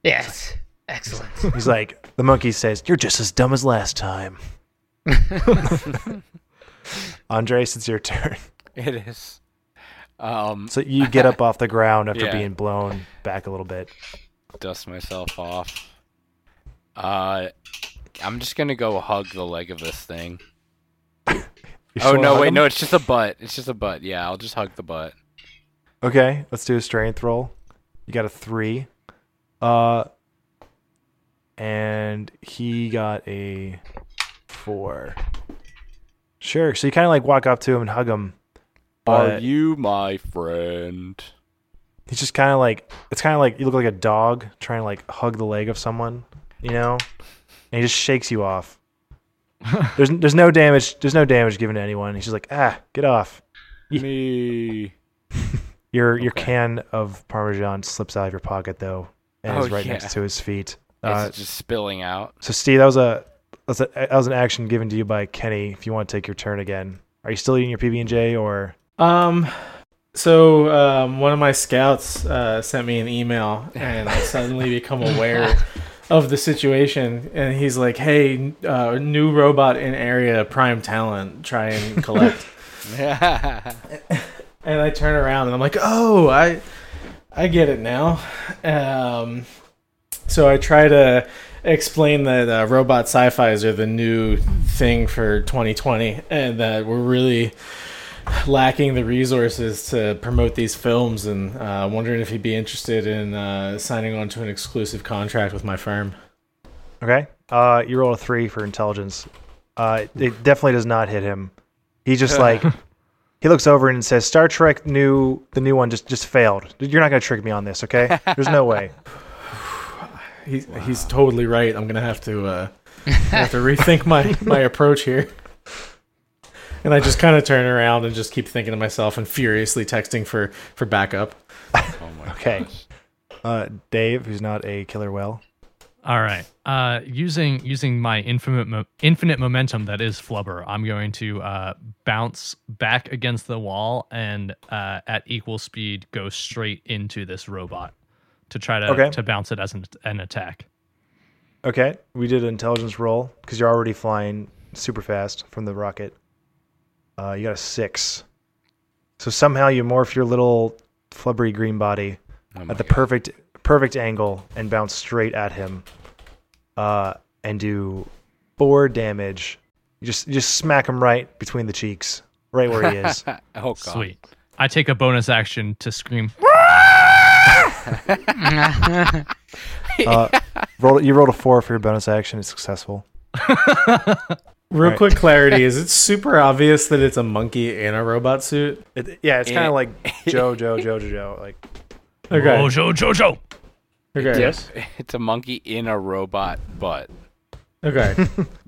Yes, excellent. He's like, the monkey says, You're just as dumb as last time. Andres, it's your turn. It is. Um, So you get up off the ground after Yeah. being blown back a little bit. dust myself off. Uh, I'm just gonna go hug the leg of this thing. You Oh wanna no, hug wait, him? no, it's just a butt. It's just a butt. Yeah, I'll just hug the butt. Okay, let's do a strength roll. You got a three. Uh and he got a four. Sure. So you kinda like walk up to him and hug him. Are But you my friend? he's just kinda like it's kinda like you look like a dog trying to like hug the leg of someone, you know? And he just shakes you off. there's there's no damage there's no damage given to anyone. He's just like, ah, get off. Me. Your your Okay. can of parmesan slips out of your pocket though, and Oh, is right yeah. next to his feet. Is Uh, it just spilling out? so Steve, that was a that's a, that was an action given to you by Kenny. If you want to take your turn again, are you still eating your PB and J or? Um, so um, one of my scouts uh, sent me an email, and I suddenly become aware of the situation. And he's like, "Hey, uh, new robot in area, prime talent. Try and collect." Oh, and I turn around, and I'm like, "Oh, I, I get it now." Um, so I try to explain that uh, robot sci-fi's are the new thing for 2020, and that we're really lacking the resources to promote these films and uh, wondering if he'd be interested in uh, signing on to an exclusive contract with my firm. Okay, uh, you roll a three for intelligence. Uh, it definitely does not hit him. He just like he looks over and says, "Star Trek new the new one just just failed. You're not gonna trick me on this, okay? There's no way." He's, he's totally right. I'm gonna have to uh, have to rethink my, my approach here. And I just kind of turn around and just keep thinking to myself and furiously texting for for backup. Okay, uh, Dave, who's not a killer whale. All right. Uh, using using my infinite mo- infinite momentum that is flubber, I'm going to uh, bounce back against the wall and uh, at equal speed go straight into this robot to try to Okay. to bounce it as an, an attack. Okay, we did an intelligence roll because you're already flying super fast from the rocket. Uh, you got a six. So somehow you morph your little flubbery green body at the perfect perfect angle and bounce straight at him. uh, and do four damage. You just you just smack him right between the cheeks, right where he is. oh god. Sweet. I take a bonus action to scream. Uh, roll, you rolled a four for your bonus action. It's successful. Real Right. quick clarity: Is it super obvious that it's a monkey in a robot suit? It, yeah, it's kind of like Joe, Joe, Joe, Joe, Joe. Like Okay. Oh, Jojo, Jojo. okay. Yes. It's a monkey in a robot butt. Okay.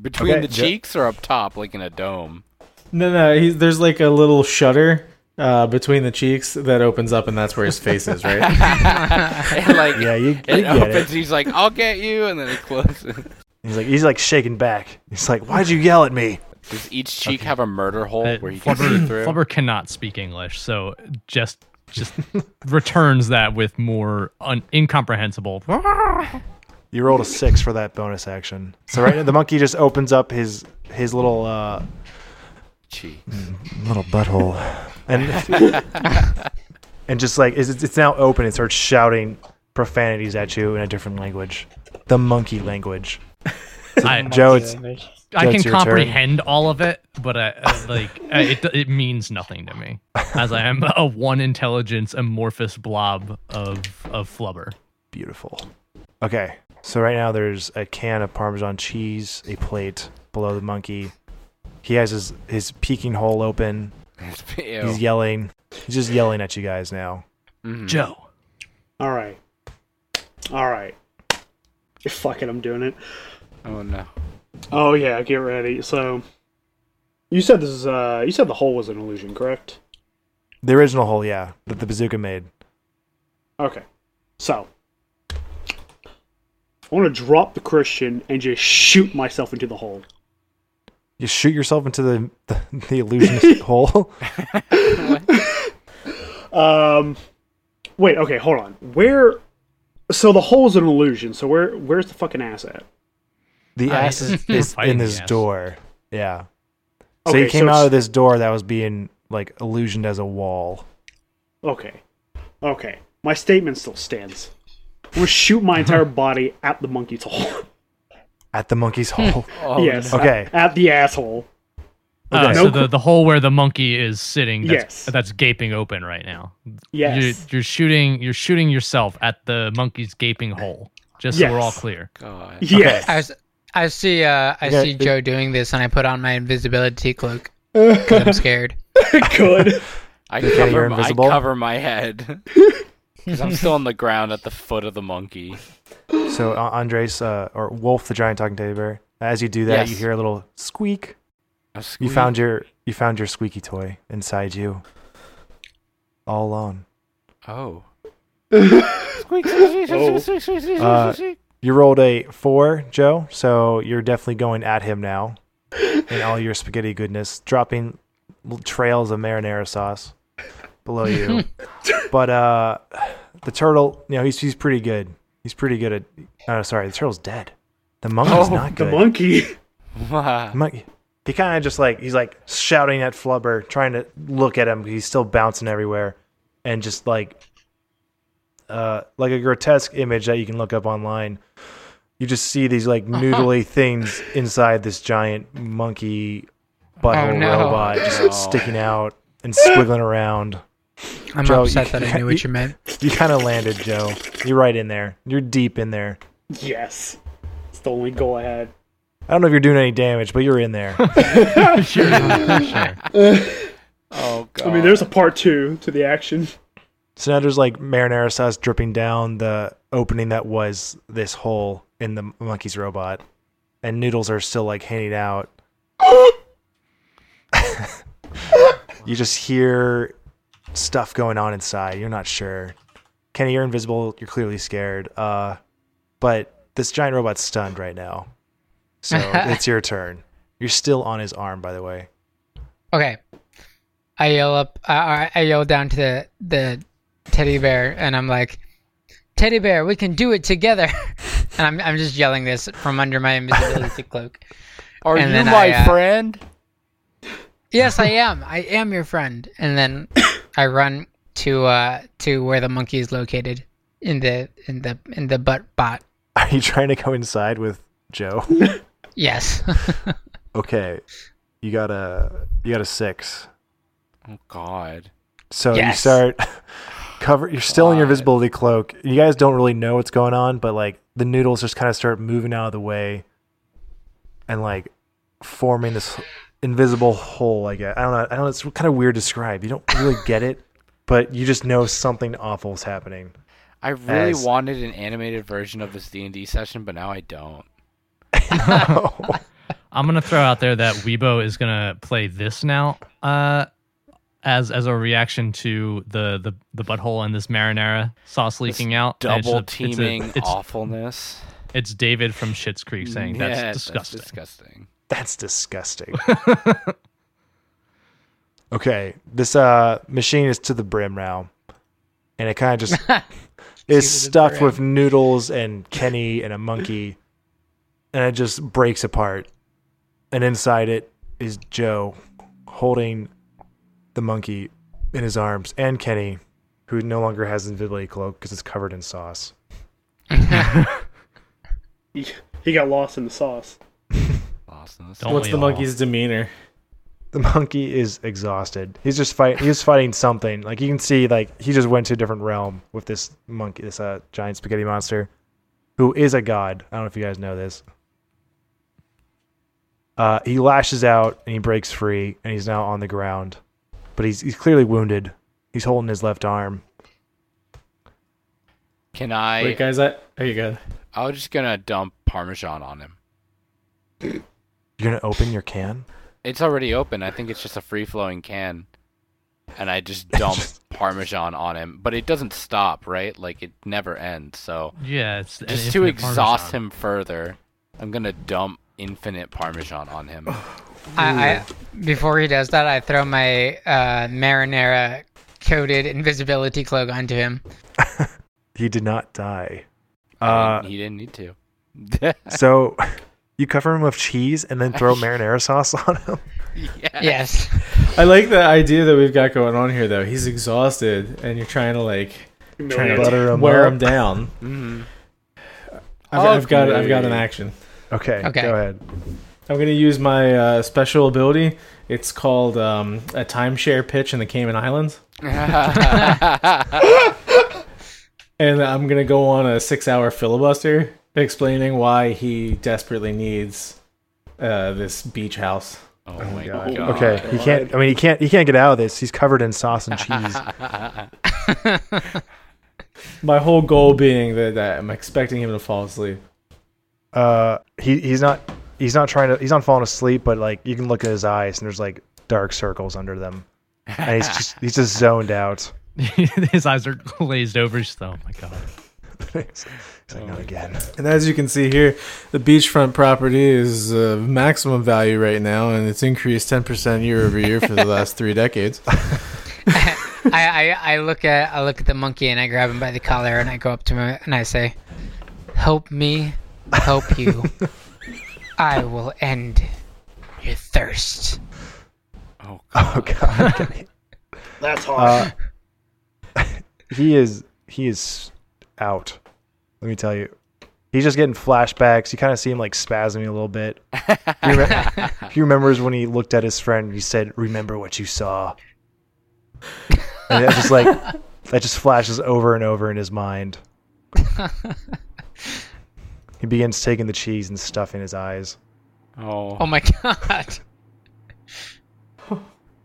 Between Okay, the ju- cheeks or up top, like in a dome. No, no. He's, there's like a little shutter uh, between the cheeks that opens up, and that's where his face is, right? And like yeah, you, you it get opens. it. He's like, "I'll get you," and then it closes. He's like he's like shaking back. He's like, why'd you yell at me? Does each cheek have a murder hole Uh, where you can see Flubber, through? Flubber cannot speak English, so just just returns that with more un- incomprehensible. You rolled a six for that bonus action. So right, now the monkey just opens up his his little uh, Cheek. little butthole, and and just like it's, it's now open. It starts shouting profanities at you in a different language, the monkey language. I, Joe, it's I can it's your turn. comprehend all of it, but I, uh, like uh, it, it means nothing to me, as I am a one intelligence amorphous blob of of flubber. beautiful. Okay, so right now there's a can of Parmesan cheese, a plate below the monkey. He has his his peeking hole open. He's Ew. yelling. He's just yelling at you guys now. Joe, All right. All right. You're fucking. I'm doing it. Oh no. Oh yeah. Get ready. So, you said this is. Uh, you said the hole was an illusion, correct? The original hole, yeah, that the bazooka made. Okay. So, I want to drop the Christian and just shoot myself into the hole. You shoot yourself into the the, the illusion hole. Um, wait. Okay. Hold on. Where? So the hole is an illusion. So where? Where's the fucking ass at? The Uh, ass is, is fighting in the this ass. door. Yeah. So you Okay, so came out it's- of this door that was being like illusioned as a wall. Okay. Okay. My statement still stands. I'm gonna shoot my entire body at the monkey's hole. At the monkey's hole. yes. no. Okay. At, at the asshole. Uh, Okay. Oh, so No the, cr- the hole where the monkey is sitting, that's, Yes. that's gaping open right now. Yes. You're, you're shooting. You're shooting yourself at the monkey's gaping hole. Just so we're all Yes. clear. God. Yes. I was, I see, uh, I Yeah, see it- Joe doing this, and I put on my invisibility cloak 'cause I'm scared. Good. I you're cover, my, I invisible? cover my head. Because I'm still on the ground at the foot of the monkey. So uh, Andres uh, or Wolf, the giant talking teddy bear. As you do that, Yes. you hear a little squeak. A You squeak. found your you found your squeaky toy inside you. All alone. Oh. Uh, you rolled a four, Joe. So you're definitely going at him now. In all your spaghetti goodness, dropping l- trails of marinara sauce below you. but uh, the turtle, you know, he's he's pretty good. He's pretty good at. Oh, sorry, the turtle's dead. The monkey's not The good. monkey. Wow. The monkey- He kind of just like he's like shouting at Flubber, trying to look at him. He's still bouncing everywhere, and just like, uh, like a grotesque image that you can look up online. You just see these like noodly things inside this giant monkey butthole Oh, no. robot just sticking out and squiggling around. I'm Joe, upset you- that I knew what you meant. You kind of landed, Joe. You're right in there. You're deep in there. Yes. It's the only goal I had. I don't know if you're doing any damage, but you're in there. Oh, God. I mean, there's a part two to the action. So now there's like marinara sauce dripping down the opening that was this hole in the monkey's robot, and noodles are still like hanging out. you just hear stuff going on inside. You're not sure. Kenny, you're invisible. You're clearly scared. Uh, but this giant robot's stunned right now, so it's your turn. You're still on his arm, by the way. Okay. I yell up. I- I, I yell down to the the teddy bear, and I'm like, "Teddy bear, we can do it together!" and I'm I'm just yelling this from under my invisibility cloak. Are and you then my I, uh, friend? Yes, I am. I am your friend. And then I run to uh to where the monkey is located in the in the in the butt bot. Are you trying to go inside with Joe. Yes. okay, you got a you got a six. Oh God. So you Yes. start cover. You're still in your visibility cloak. You guys don't really know what's going on, but like the noodles just kind of start moving out of the way, and like forming this invisible hole. I guess I don't know. I don't. know. It's kind of weird to describe. You don't really get it, but you just know something awful is happening. I really As- wanted an animated version of this D and D session, but now I don't. I'm gonna throw out there that Weibo is gonna play this now, uh, as as a reaction to the the the butthole and this marinara sauce leaking out. and it's a- Double it's a- teaming It's, it's, awfulness. David from Shit's Creek saying Yeah, that's disgusting. disgusting. That's disgusting. okay, this uh machine is to the brim now, and it kind of just is To the stuffed brim. with noodles and Kenny and a monkey, and it just breaks apart. And inside it is Joe holding the monkey in his arms and Kenny, who no longer has invisibility cloak because it's covered in sauce. He, he got lost in the sauce. Awesome. Don't What's we the all? monkey's demeanor? the monkey is exhausted. He's just fight. He's fighting something. Like you can see, like he just went to a different realm with this monkey, this uh, giant spaghetti monster, who is a god. I don't know if you guys know this. Uh, he lashes out and he breaks free, and he's now on the ground, but he's he's clearly wounded. He's holding his left arm. Can I? Wait, guys, I oh, you good? I was just gonna dump Parmesan on him. You're gonna open your can. It's already open. I think it's just a free flowing can, and I just dump Parmesan on him. But it doesn't stop, right? Like it never ends. So Yeah, it's an just to infinite exhaust parmesan. him further, I'm gonna dump infinite Parmesan on him. I, I before he does that, I throw my uh, marinara coated invisibility cloak onto him. He did not die. I Uh, mean, he didn't need to. so you cover him with cheese and then throw marinara sauce on him. Yes. I like the idea that we've got going on here, though. He's exhausted, and you're trying to like trying to Humiliating. Butter him wear up. him down. Mm-hmm. Mhm. I've, I've got I've got an Okay. action. Okay, Okay. go ahead. I'm gonna use my uh, special ability. It's called um, a timeshare pitch in the Cayman Islands, and I'm gonna go on a six-hour filibuster explaining why he desperately needs uh, this beach house. Oh, my God. god. Okay, he can't. I mean, he can't. He can't get out of this. He's covered in sauce and cheese. My whole goal being that, that I'm expecting him to fall asleep. Uh, he he's not. He's not trying to. He's not falling asleep, but like you can look at his eyes, and there's like dark circles under them, and he's just he's just zoned out. his eyes are glazed over. Just, oh my god. he's like, not again. And as you can see here, the beachfront property is uh, maximum value right now, and it's increased 10% year over year for the last three decades. I, I I look at I look at the monkey and I grab him by the collar and I go up to him and I say, "Help me, help you. I will end your thirst." Oh god. Oh god, okay. That's hard. he is he is out. Let me tell you, he's just getting flashbacks. You kind of see him like spasming a little bit. He, remem- he remembers when he looked at his friend. and He said, "Remember what you saw." And that just like that just flashes over and over in his mind. he begins taking the cheese and stuffing his eyes. Oh. Oh my god.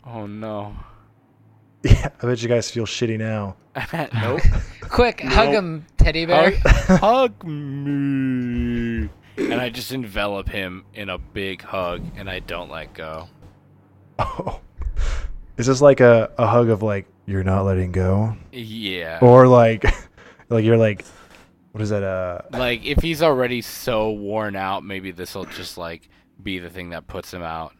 Oh no. Yeah, I bet you guys feel shitty now. nope. Quick, hug him, teddy bear. Hug, hug me. And I just envelop him in a big hug, and I don't let go. Oh. Is this like a, a hug of like you're not letting go? Yeah. or like like you're like what is that uh like if he's already so worn out, maybe this will just like be the thing that puts him out.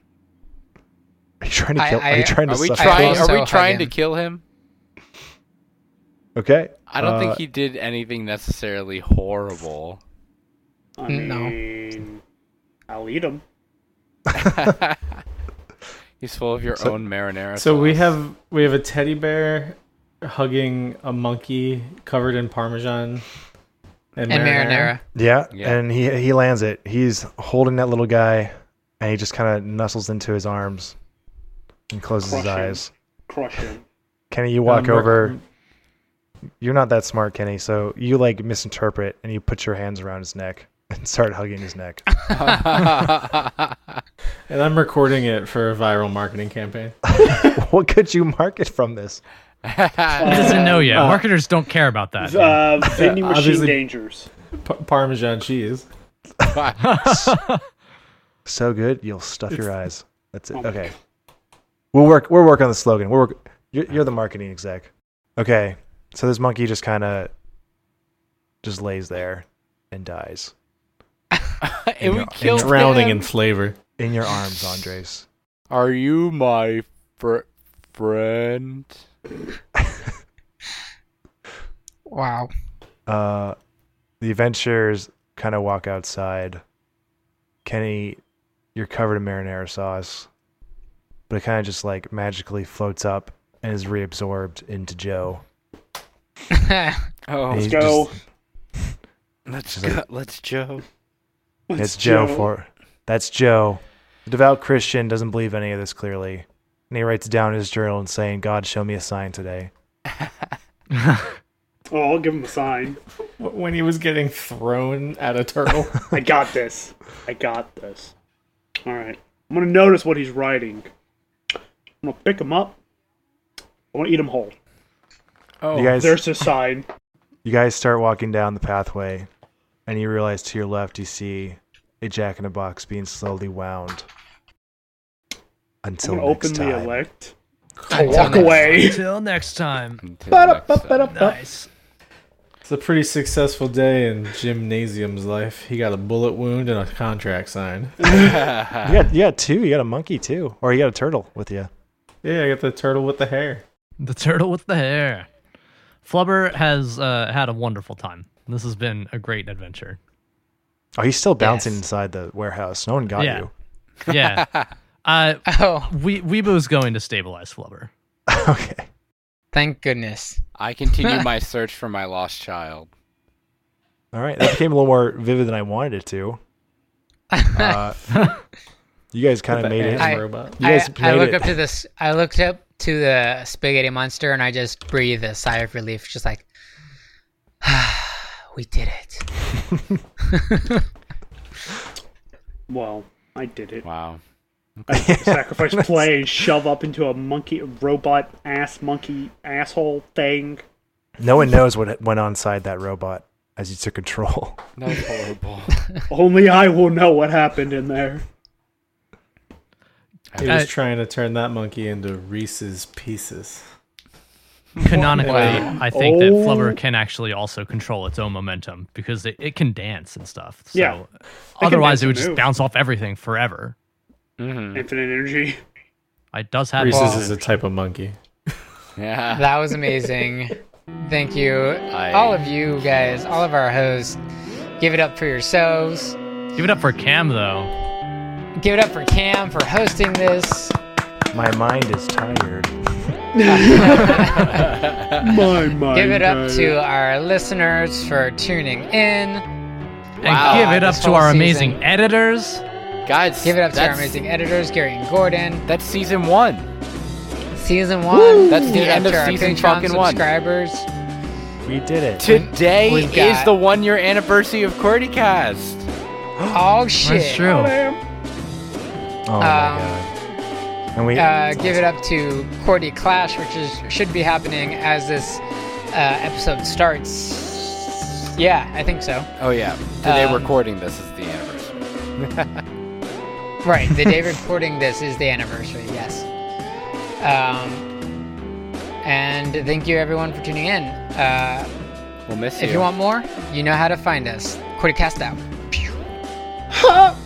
are you trying to I- kill are I- you trying to Are we suffocate trying? also Are we hug trying to him. kill him? okay I don't uh, think he did anything necessarily horrible. Uh, I No. mean, I'll eat him. He's full of your own marinara. So we sauce. have we have a teddy bear hugging a monkey covered in parmesan and marinara. Yeah, Yeah. and he he lands it. He's holding that little guy, and he just kind of nuzzles into his arms and closes his Crush him. eyes. Crush him. Kenny, you walk Um, we're- over. You're not that smart, Kenny, so you like misinterpret and you put your hands around his neck and start hugging his neck. And I'm recording it for a viral marketing campaign. what could you market from this? He doesn't know Uh, yet. Marketers don't care about that. Uh, vending machine Obviously- dangers. P- Parmesan cheese. So good, you'll stuff your eyes. That's it. Okay. We'll work. We'll work on the slogan. We'll work. You're, you're the marketing exec. Okay. So this monkey just kind of just lays there and dies and we And killed Drowning him. in flavor. in your arms, Andres. Are you my fr- friend? Wow. Uh, the adventurers kind of walk outside. Kenny, you're covered in marinara sauce, but it kind of just like magically floats up and is reabsorbed into Joe. Oh, And let's, he's go. just- go. let's Joe. It's Joe, for that's Joe. The devout Christian doesn't believe any of this clearly. And he writes down in his journal and saying, God show me a sign today. Oh, I'll give him a sign. Wh- When he was getting thrown at a turtle. I got this. I got this. All right. I'm gonna notice what he's writing. I'm gonna pick him up. I wanna eat him whole. you guys Oh, There's his sign. you guys start walking down the pathway and you realize to your left you see a jack in a box being slowly wound. I'm Until gonna next open time. the elect. Until Walk next- away. Until next time. Until next time. uh, Ba-da-ba-ba-da-ba. Nice. it's a pretty successful day in Gymnasium's life. He got a bullet wound and a contract signed. You got you got two, you got a monkey too. Or you got a turtle with you. Yeah, I got the turtle with the hair. The turtle with the hair. Flubber has uh, had a wonderful time. This has been a great adventure. Oh, he's still bouncing Yes. inside the warehouse. No one got Yeah. you. Yeah. uh, Oh, we- Weebo's going to stabilize Flubber. okay. thank goodness. I continue my search for my lost child. All right, that became a little more vivid than I wanted it to. Uh, you guys kind of The made it. hand I- robot. You guys I, I made look it. up to this. I looked up to the spaghetti monster, and I just breathe a sigh of relief, just like, we did it. Well, I did it. Wow. Sacrifice play and shove up into a monkey robot ass monkey asshole thing. No one knows what went on inside that robot as you took control. That was horrible. Only I will know what happened in there. He was I- trying to turn that monkey into Reese's Pieces. Canonically, Wow. I think that Oh. Flubber can actually also control its own momentum because it, it can dance and stuff. So Yeah. dance otherwise, it would and just move. bounce off everything forever. Mhm. Infinite energy. It does have Reese's Well- is a type of monkey. Yeah. That was amazing. Thank you, I- all of you guys, all of our hosts. Give it up for yourselves. Give it up for Cam though. Give it up for Cam for hosting this. My mind is tired. My mind. Give it up to our listeners for tuning in. And Wow. give it up This to whole our season. amazing editors. Guys, Give it up to our that's- amazing editors, Gary and Gordon. That's season one. Season one. That's the Give it up end of to our season Patreon fucking one. subscribers. We did it. Today We've is got- the one year anniversary of CordyCast. Oh shit. That's true. Oh my god. And we Um, Uh, give it up to Cordy Clash, which is should be happening as this uh, episode starts. Yeah, I think so. Oh, yeah. Today Um, we're recording this is the anniversary. Right, the day recording this is the anniversary, yes. Um, and thank you everyone for tuning in. Uh, We'll miss if you want more, you know how to find us. Quartercast out. Ha!